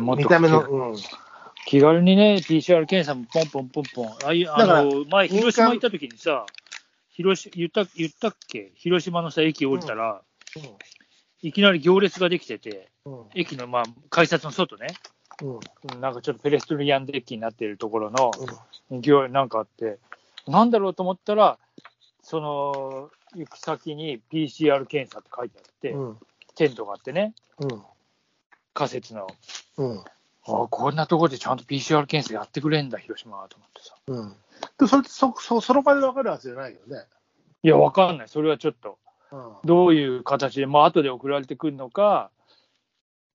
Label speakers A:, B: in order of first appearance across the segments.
A: もっと
B: 見た目の、うん。
A: 気軽にね、PCR 検査もポンポンポンポン。ああいう、あ
B: だから
A: の、前、
B: 民間
A: 広島行った時にさ、広し言った、言ったっけ広島のさ、駅降りたら、いきなり行列ができてて、
B: うん。
A: 駅の、まあ、改札の外ね、
B: うん。うん。
A: なんかちょっとペレストリアンデッキになってるところの、行列なんかあって、なんだろうと思ったら、その、行く先に PCR 検査って書いてあって、
B: うん。
A: テントがあってね、
B: うん。
A: 仮設の。
B: うん。
A: ああ、こんなところでちゃんと PCR 検査やってくれんだ、広島はと思ってさ。
B: うん。で、それってそ、そ、その場でわかるはずじゃないよね。
A: いや、わかんない。それはちょっと、
B: うん。
A: どういう形で、まあ、後で送られてくるのか、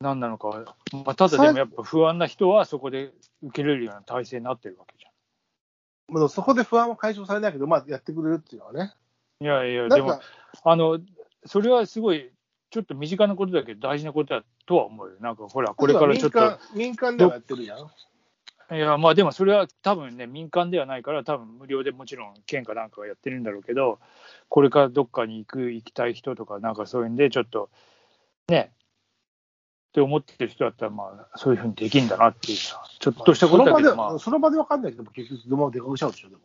A: 何なのかは、まあ、ただ
B: さ
A: でもやっぱ不安な人はそこで受けれるような体制になってるわけじゃ
B: まあ、そこで不安は解消されないけど、まあ、やってくれるっていうのはね。
A: ん。いやいや、
B: な
A: で
B: ん
A: も
B: か、、
A: あの、それはすごい、ちょっと身近なことだけど大事なことだとは思うよ。なんかほら、これからちょっと、
B: 民間、民間ではやってるやん。
A: いや、まあでもそれは多分ね、民間ではないから、多分無料でもちろん県かなんかはやってるんだろうけど、これからどっかに行く、行きたい人とか、なんかそういうんで、ちょっと、ね、って思ってる人だったら、まあそういうふうにできるんだなっていうさ、ちょっとしたことだけど、
B: まあその場ではその場で
A: まあ、
B: わかんないけど、結局、どま出かけちゃうでしょ、でも。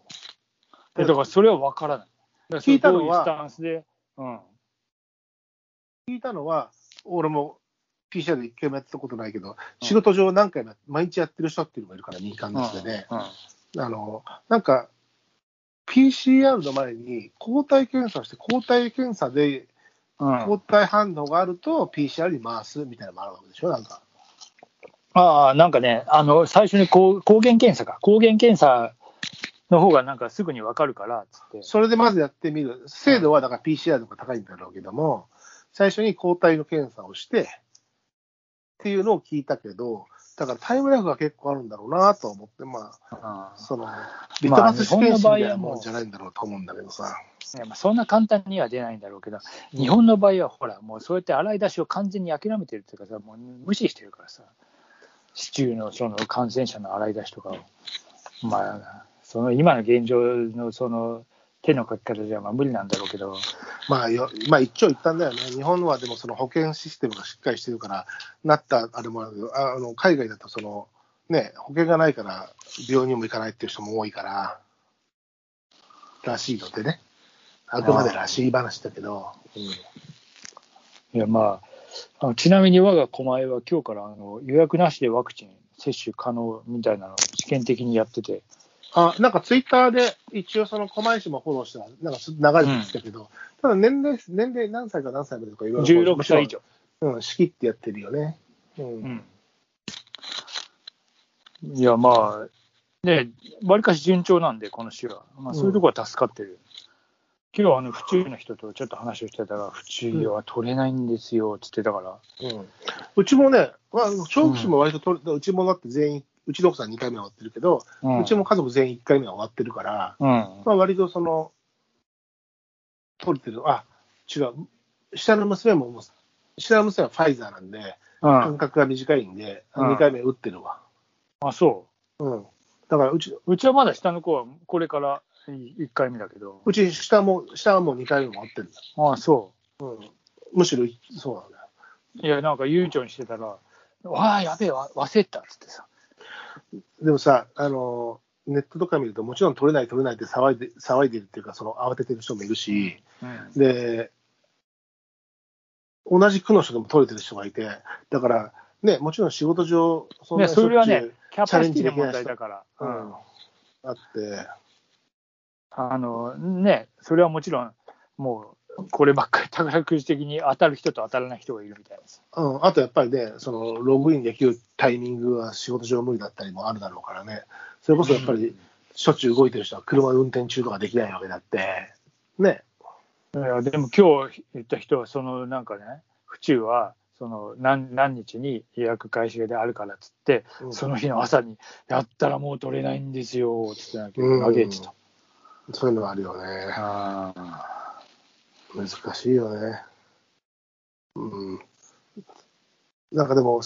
A: だからそれは分からない。だから
B: 聞いたのは
A: どういうスタンスで、うん。
B: 聞いたのは、俺も PCR で一回もやってたことないけど、仕事上何回もや毎日やってる人っていうのがいるから、民間の人でね、
A: うん
B: あの、なんか、PCR の前に抗体検査をして、抗体検査で
A: うん
B: 抗体反応があると PCR に回すみたいなのもあるわけでしょ、なんか。
A: ああ、なんかね、あの、最初に抗抗原検査か。抗原検査の方がなんかすぐに分かるから、つって。
B: それでまずやってみる。精度はだから PCR の方が高いんだろうけども、最初に抗体の検査をして、っていうのを聞いたけど、だからタイムラグが結構あるんだろうなと思って、ま
A: うん
B: あ、その、リトマス試験紙みたいなも
A: まあ日本の場合はも
B: ん
A: う
B: じゃないんだろうと思うんだけどさ。
A: ねまあ、そんな簡単には出ないんだろうけど、日本の場合はほら、もうそうやって洗い出しを完全に諦めてるっていうかさ、もう無視してるからさ、市中のその感染者の洗い出しとかを、まあ、その今の現状のその手の書き方じゃまあ無理なんだろうけど、
B: まあよ、まあ一長一短だよね。日本はでもその保険システムがしっかりしてるから、なったあれもあるけど、ああの海外だとその、ね、保険がないから病院にも行かないっていう人も多いから、らしいのでね。あくまでらしい話だけど。
A: いやまあ、あのちなみに我が狛江は今日からあの予約なしでワクチン接種可能みたいなのを試験的にやってて、
B: あ、なんかツイッターで一応その狛江市もフォローしたら、なんかす流れてきたけど、ただ年齢、年齢何歳か何歳までとかいろいろ。
A: 16歳以上。
B: うん、仕切ってやってるよね。うん。
A: いや、まあ、ね、わりかし順調なんで、この週は。まあ、そういうとこは助かってる。今日、あの、府中の人とちょっと話をしてたら、府中は取れないんですよ、つってたから。
B: うんうちもね、まあ、小学生も割と取れ、うちもだって全員、うちの奥さん2回目は終わってるけど、
A: う。
B: うんちも家族全員1回目は終わってるから、
A: うん。
B: まあ、割とその、取れてる、あ、違う、下の娘ももう、下の娘はファイザーなんで、
A: うん
B: 間。隔が短いんで、
A: うん
B: 2回目打ってるわ。
A: あ、そ
B: うん。だからうち、
A: う。うちはまだ下の子は、これから1回目だけど。
B: うち下も、下はもう2回目も終わってるんだ。
A: あそ
B: うん。むしろ、そうなんだよ。
A: う。いや、なんか悠長にしてたら、わあ、やべえ、わ忘れてた、つってさ。
B: でもさ、あの、ネットとか見ると、もちろん取れない取れないって騒いで、騒いでるっていうか、その慌ててる人もいるし、
A: うん。
B: で、同じ区の人でも取れてる人がいて、だから、ね、もちろん仕事上、そんな
A: ね、
B: にしょっ
A: そ
B: ちゅう
A: れはね、キャ
B: チャ
A: パ
B: レ
A: シ
B: ン
A: テ
B: ジ
A: ィ
B: でき
A: の
B: ない
A: 問題だから。
B: うん、あって、
A: あのね、それはもちろん、もう、こればっかり宝くじ的に当たる人と当たらない人がいるみたいです。
B: うん、あとやっぱりね、その、ログインできるタイミングは仕事上無理だったりもあるだろうからね、それこそやっぱり、しょっちゅう動いてる人は車運転中とかできないわけだって、ね、
A: いやでも今日言った人は、そのなんかね、府中は、その何何日に予約開始であるからっつって、
B: うん
A: その日の朝に、やったらもう取れないんですよっつってなげ
B: うん
A: 嘆いてた。
B: そういうのはあるよね。
A: あ
B: 難しいよね。うん。なんかでも、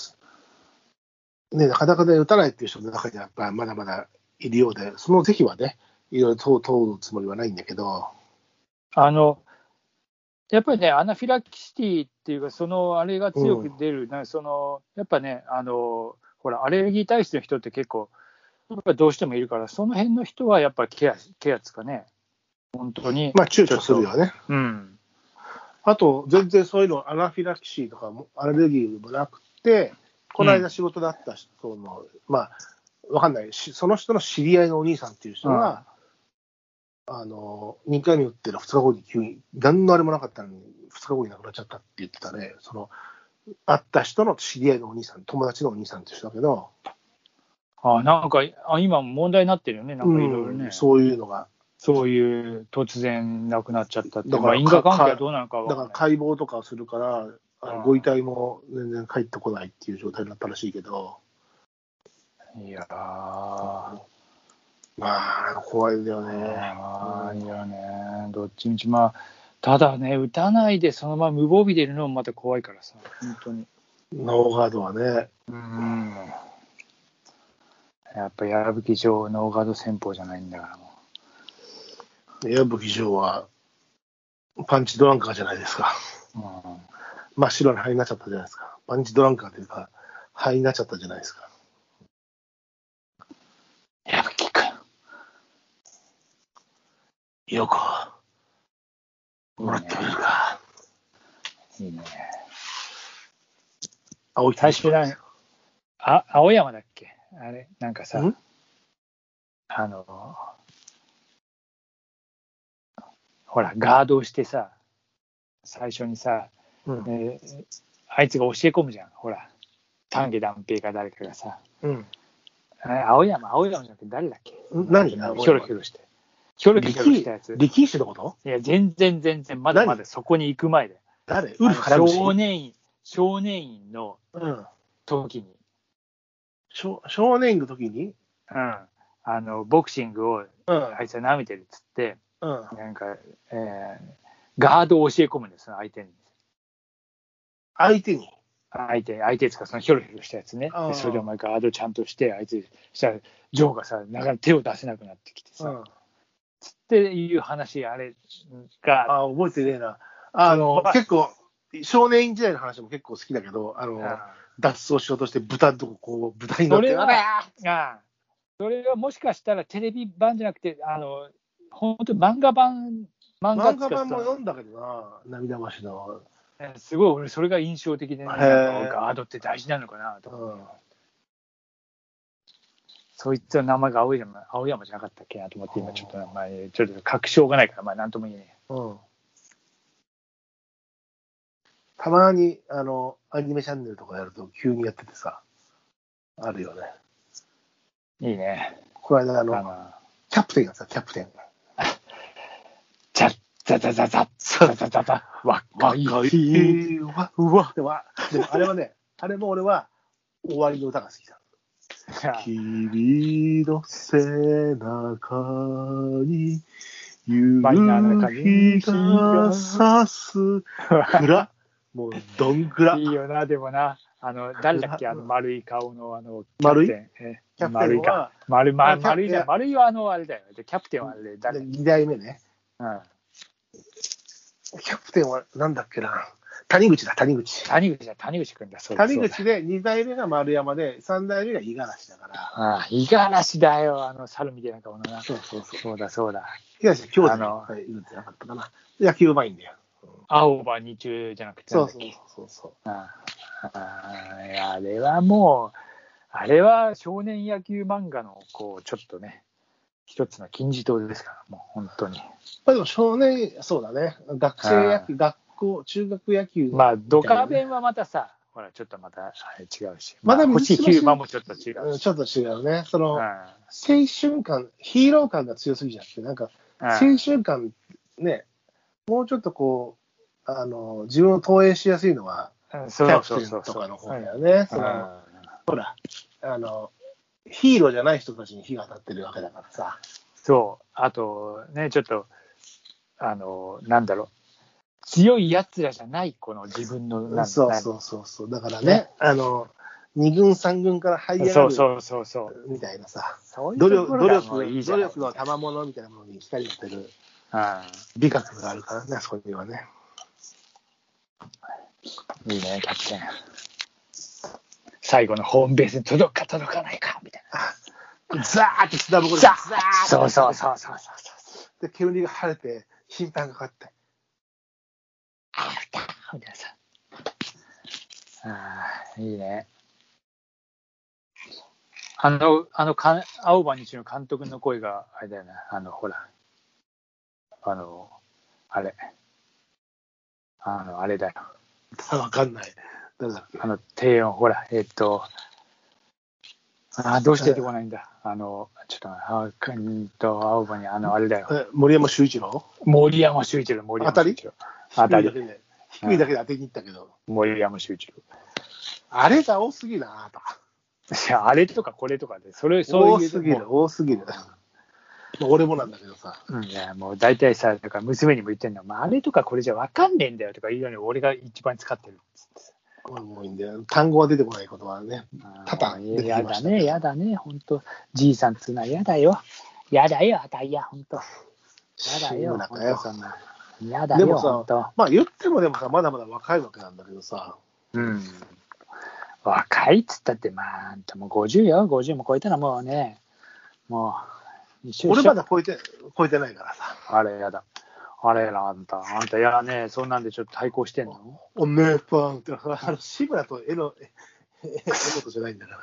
B: ね、なかなかね、打たないっていう人の中にはやっぱまだまだいるようで、その是非はね、いろいろ問う問うつもりはないんだけど、
A: あのやっぱりね、アナフィラキシティっていうか、そのあれが強く出る、なんかそのやっぱね、あのほほら、アレルギー体質の人って結構、やっぱりどうしてもいるから、その辺の人はやっぱりケア、ケアつかね、本当に。
B: まあ、躊躇するよね。
A: うん。
B: あと、全然そういうの、アナフィラキシーとかも、アレルギーもなくて、この間仕事だった人の、まあ、わかんないし、その人の知り合いのお兄さんっていう人が、あの、2回目打ってる2日後に急に、何のあれもなかったのに、2日後に亡くなっちゃったって言ってたね、その、会った人の知り合いのお兄さん、友達のお兄さんっていう人だけど、
A: あなんか、あ今問題になってるよね、なんかいろいろね、
B: うん
A: そ
B: そ
A: う。
B: ういうのが、
A: いう突然亡くなっちゃったって、
B: だから
A: まあ、因果関係
B: か
A: はどうなのかわ
B: だ
A: かん
B: か
A: な
B: ら解
A: い。
B: 剖とかするから、あの
A: うん
B: ご遺体も全然帰ってこないっていう状態になったらしいけど、
A: いやー、
B: まあ、怖いんだよね。
A: あーいやね、どっちみち、まあ、ただね、打たないで、そのまま無防備でいるのもまた怖いからさ、本当に。
B: ノーガードはね、
A: うん。やっぱ、矢吹城ノーガード戦法じゃないんだから、も
B: 矢吹城はパンチドランカーじゃないですか。
A: う。うん
B: 真っ白に灰になっちゃったじゃないですか。パンチドランカーというか、灰になっちゃったじゃないですか。
A: 矢吹君、
B: よく、もらってみるか。
A: いいね。
B: 青い
A: 最終ライン、あ、青山だっけあれ、なんかさ
B: ん、
A: あの、ほら、ガードをしてさ、最初にさ、
B: うん
A: えーあいつが教え込むじゃん、ほら、丹下段平か誰かがさ、
B: うん。
A: え青山、青山じゃなくて誰だっけ
B: ん何
A: ひ
B: 青山
A: ょろひょろして。ひょろひょろしたやつ。い
B: 力士のこと
A: や、全然全然、まだ
B: 何
A: まだそこに行く前で。
B: 誰
A: あ
B: ウル
A: の
B: フ原口。
A: 少年院、少年院の
B: うん。
A: 時に、
B: 少少年の時に
A: うん、あの、ボクシングを
B: うん
A: あいつは舐めてるっつって、
B: うん。
A: なんか、えーガードを教え込むんですよ、相手に。
B: 相手に。
A: 相手、相手ですか、そのヒョロヒョロしたやつね。
B: ああ
A: でそれでお前ガードちゃんとして、あいつ、したら、ジョーがさ、なかなか手を出せなくなってきてさ、
B: うん
A: つっていう話、あれが、
B: ああ、覚えてねえな。あの、
A: まあ
B: 結構、少年院時代の話も結構好きだけど、あの、
A: あ
B: 脱走しようとして豚のとこ、こう、豚に乗っ
A: そ
B: て、
A: れは
B: うわー、
A: あそれはもしかしたらテレビ版じゃなくて、あの、本当漫画版、漫
B: 漫
A: 画ってい
B: 画
A: うかさ
B: 版も読んだけどな、涙橋の。
A: えーすごい俺それが印象的で、ね、
B: へー
A: なんかガードって大事なのかなと思って、
B: うん
A: そいつの名前が青山青山じゃなかったっけなと思って今ちょっと名前ちょっと確証がないからまあなんとも言えね
B: うん。たまに、あの、アニメチャンネルとかやると急にやっててさ、あるよね。
A: えいいね
B: この間、あ
A: あ
B: の、
A: の
B: キャプテンがさ、キャプテン。
A: ザッザザザザッザザザザ若い日
B: いわ。
A: うわ
B: でも、あでもあれはね、あれも俺は、終わりの歌が好きだ。君の背中に夕
A: マイナーな感
B: 日
A: じ
B: が差す 暗。もう、どんくら
A: い。いよなでもなあの誰だっけあの丸い顔のあの
B: 丸い
A: キャプテンえ
B: キャプ
A: 丸
B: テ
A: い
B: ン
A: か
B: は、
A: 丸ま
B: あキャ
A: 丸い
B: い
A: だ
B: や
A: 丸いはあのあれだよでキャプテンはあれで誰、うん
B: 2代目ね。キャプテンはなんだっけな。谷口だ、谷口。
A: 谷口だ谷口君だそうだ
B: 谷
A: そうだ
B: 口で2代目が丸山で、3代目が五十嵐だから。
A: ああ、五十嵐だよ、あの猿みたいな顔のな。
B: そうそうそう。
A: そうだそうだ。
B: 五十嵐兄弟
A: あの
B: がいるんじゃなかったかな。野球うまいんだよ。
A: 青葉二中じゃなくて
B: そ
A: なん
B: う
A: だっ
B: そう
A: け
B: そうそう。
A: ああああいやあれはもう、あれは少年野球漫画の、こう、ちょっとね、一つの金字塔ですから、もう本当に。
B: まあでも少年、そうだね。学生野球、学校、中学野球。
A: まあ、ドカ
B: ベ
A: ベンはまたさ、ほら、ちょっとまたあれ違うし、
B: まだ
A: あ星ヒューマもちょっと違うし。
B: ちょっと違うね。その、
A: うん
B: 青春感、ヒーロー感が強すぎちゃって、なんか、
A: うん
B: 青春感、ね、もうちょっとこう、あの、自分を投影しやすいのは、
A: うん
B: キ
A: そ
B: ャ
A: う
B: プ
A: そう
B: テン
A: そう
B: と
A: そ
B: か
A: う。
B: の方だよね。
A: う
B: そ
A: ん
B: のほら、あの、ヒーローじゃない人たちに火が当たってるわけだからさ。
A: そう、あとね、ちょっと、あの、なんだろう、強いやつらじゃない、この自分の、なん
B: そう
A: なん
B: そうそうそう。だからね
A: ね、
B: あの、二軍三軍から這い上
A: そう
B: が
A: そうそうそう。
B: るみたいなさ、
A: そういう
B: 努
A: と
B: 力、
A: ころ
B: 努
A: が
B: 力
A: もういいじゃ
B: 努
A: ん
B: 力の賜物みたいなものに光ってる
A: う
B: 美学があるからね、そこにはね。
A: んいいね、キャプテン。最後のホームベースに届くか届かないかみたい
B: ザーって砂ぼこ
A: な。
B: り
A: さ
B: が
A: あそうそうそうそうそうそう。
B: で、煙が晴れて、頻繁がかかって。
A: あー来たみたいなさ。ああ、いいね。あの、あのか、青葉日の監督の声が、あれだよね、あの、ほら、あの、あれ、あの、あれだよ。
B: わかんない。誰だっけ
A: あの、低音、ほら、えっと、あーどうして出てこないんだ。あの、ちょっと待って、あーかんと、青葉に、あの、あれだよ。
B: え森山修一郎
A: 森山修一郎、森山修一郎。当たり
B: 低いだけで、低いだけで当てに行ったけど、
A: 森山修一郎。
B: あれが多すぎるな、あなた。
A: いや、あれとかこれとかで、それ、そう
B: 多
A: いう。
B: すぎる
A: も、
B: 多すぎる。まあ俺もなんだけどさ。
A: う。うん、いや、もう大体さ、だから娘にも言ってんの、まあ、あれとかこれじゃわかんねえんだよとか言うのに、俺が一番使ってるっつってさ。
B: 俺もいいんだよ。単語は出てこないことはね。多々
A: あー
B: 出てきま
A: や
B: し
A: だ
B: たね
A: ね、やだね、本当じいさんっつうのはやだよ。やだよ、あたいや、本当やだ
B: シ
A: よ
B: ン、ナ
A: ほ
B: か
A: んと
B: よ
A: そんな。やだ
B: で
A: よ、
B: もさ
A: ほんと。
B: まあ言ってもでもさ、まだまだ若いわけなんだけどさ。
A: うん。若いっつったって、まあ、あんたもう50よ、50も超えたらもうね、もう、一緒
B: 俺
A: 一緒
B: まだ超えて、超えてないからさ。
A: あれやだ。あれやな、あんた。あんた、いやね、そんなんでちょっと対抗してんの
B: おめえパンって、あの、志村と絵の、えええことじゃないんだから。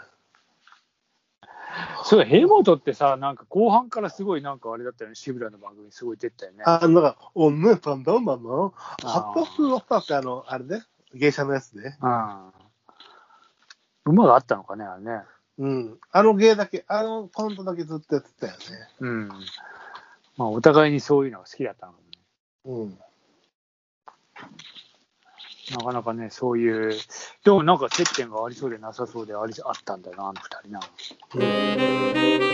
A: そう、ヘモトってさ、なんか後半からすごい、なんかあれだったよね、渋谷の番組すごい出てたよね。
B: あの、なんか、おめえパンどうもの
A: あ
B: ハ
A: ー
B: ッパフワッパってあの、あれね、芸者のやつね。
A: うん。馬があったのかね、あれね。
B: うん。あの芸だけ、あのコントだけずっとやってたよね。
A: うん。まあ、お互いにそういうのが好きだったのかもね。
B: うん。
A: なかなかね、そういう、でもなんか接点がありそうでなさそうでありあったんだよな、あの二人な。
B: うん